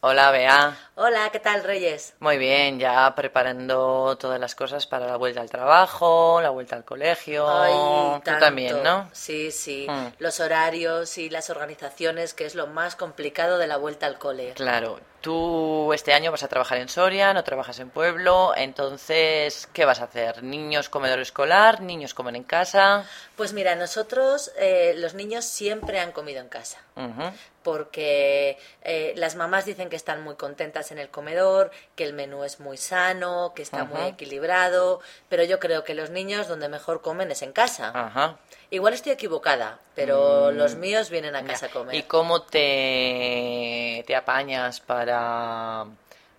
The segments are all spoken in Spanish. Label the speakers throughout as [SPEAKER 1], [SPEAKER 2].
[SPEAKER 1] Hola, Bea.
[SPEAKER 2] Hola, ¿qué tal, Reyes?
[SPEAKER 1] Muy bien, ya preparando todas las cosas para la vuelta al trabajo, la vuelta al colegio.
[SPEAKER 2] Ay,
[SPEAKER 1] Oh, Tú
[SPEAKER 2] tanto.
[SPEAKER 1] también, ¿no?
[SPEAKER 2] Sí, sí.
[SPEAKER 1] Mm.
[SPEAKER 2] Los horarios y las organizaciones, que es lo más complicado de la vuelta al cole.
[SPEAKER 1] Claro. Tú este año vas a trabajar en Soria, no trabajas en pueblo, entonces, ¿qué vas a hacer? ¿Niños comedor escolar? ¿Niños comen en casa?
[SPEAKER 2] Pues mira, nosotros eh, los niños siempre han comido en casa.
[SPEAKER 1] Ujú.
[SPEAKER 2] porque eh, las mamás dicen que están muy contentas en el comedor, que el menú es muy sano, que está muy
[SPEAKER 1] Ajá.
[SPEAKER 2] equilibrado, pero yo creo que los niños donde mejor comen es en casa.
[SPEAKER 1] Ajá.
[SPEAKER 2] Igual estoy equivocada, pero los míos vienen a casa a comer.
[SPEAKER 1] Mm. ¿Y cómo te, te apañas para,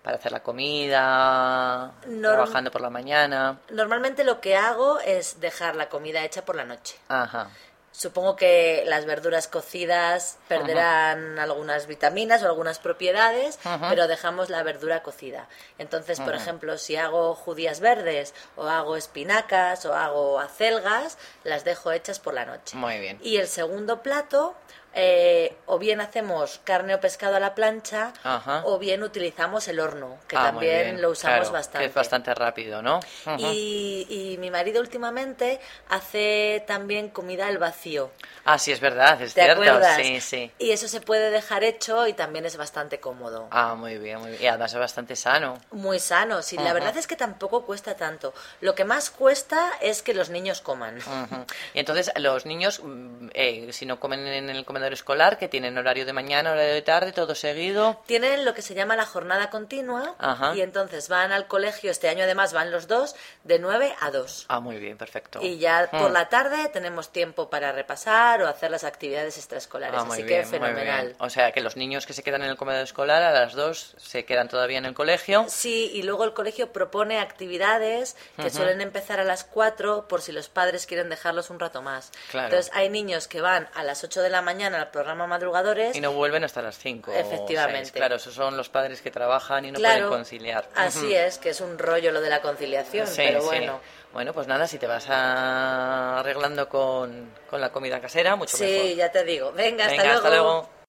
[SPEAKER 1] para hacer la comida?
[SPEAKER 2] Norm-
[SPEAKER 1] Trabajando por la mañana.
[SPEAKER 2] Normalmente lo que hago es dejar la comida hecha por la noche.
[SPEAKER 1] Ajá.
[SPEAKER 2] Supongo que las verduras cocidas perderán algunas vitaminas o algunas propiedades,
[SPEAKER 1] Ajá.
[SPEAKER 2] pero dejamos la verdura cocida. Entonces, por ejemplo, si hago judías verdes o hago espinacas o hago acelgas, las dejo hechas por la noche.
[SPEAKER 1] Muy bien.
[SPEAKER 2] Y el segundo plato, eh, o bien hacemos carne o pescado a la plancha,
[SPEAKER 1] Ajá.
[SPEAKER 2] o bien utilizamos el horno, que
[SPEAKER 1] Ah, muy
[SPEAKER 2] también
[SPEAKER 1] bien,
[SPEAKER 2] lo usamos
[SPEAKER 1] claro, Que es bastante rápido, ¿no? Ujú.
[SPEAKER 2] Y, y mi marido últimamente hace también comida al vacío.
[SPEAKER 1] Ah, sí, es verdad, es
[SPEAKER 2] ¿Te
[SPEAKER 1] cierto.
[SPEAKER 2] acuerdas?
[SPEAKER 1] Sí, sí.
[SPEAKER 2] Y eso se puede dejar hecho y también es bastante cómodo.
[SPEAKER 1] Ah, muy bien, muy bien. Y además es bastante sano.
[SPEAKER 2] Muy sano, sí. La
[SPEAKER 1] Ujú.
[SPEAKER 2] verdad es que tampoco cuesta tanto. Lo que más cuesta es que los niños coman.
[SPEAKER 1] Ujú. Y entonces, los niños, mm, eh, si no comen en el comedor escolar, que tienen horario de mañana, horario de tarde, todo seguido.
[SPEAKER 2] Tienen lo que se llama la jornada continua
[SPEAKER 1] Ajá.
[SPEAKER 2] y entonces van al colegio, este año además van los dos, de 9 a 2.
[SPEAKER 1] Ah, muy bien, perfecto.
[SPEAKER 2] Y ya por
[SPEAKER 1] Mm.
[SPEAKER 2] la tarde tenemos tiempo para repasar o hacer las actividades extraescolares.
[SPEAKER 1] Ah, muy
[SPEAKER 2] así
[SPEAKER 1] bien,
[SPEAKER 2] que
[SPEAKER 1] muy bien.
[SPEAKER 2] fenomenal.
[SPEAKER 1] O sea, que los niños que se quedan en el comedor escolar a las dos se quedan todavía en el colegio.
[SPEAKER 2] Sí, y luego el colegio propone actividades que suelen empezar a las 4 por si los padres quieren dejarlos un rato más.
[SPEAKER 1] Claro.
[SPEAKER 2] Entonces hay niños que van a las 8 de la mañana al programa Madrugadores.
[SPEAKER 1] Y no vuelven hasta las cinco. o
[SPEAKER 2] Efectivamente.
[SPEAKER 1] seis. Claro, esos son los padres que trabajan y no
[SPEAKER 2] claro,
[SPEAKER 1] pueden conciliar.
[SPEAKER 2] Así es, que es un rollo lo de la conciliación,
[SPEAKER 1] Sí,
[SPEAKER 2] pero
[SPEAKER 1] sí.
[SPEAKER 2] bueno.
[SPEAKER 1] Bueno, pues nada, si te vas a- arreglando con, con la comida casera, mucho
[SPEAKER 2] Sí,
[SPEAKER 1] mejor.
[SPEAKER 2] ya te digo. Venga,
[SPEAKER 1] Venga, hasta luego.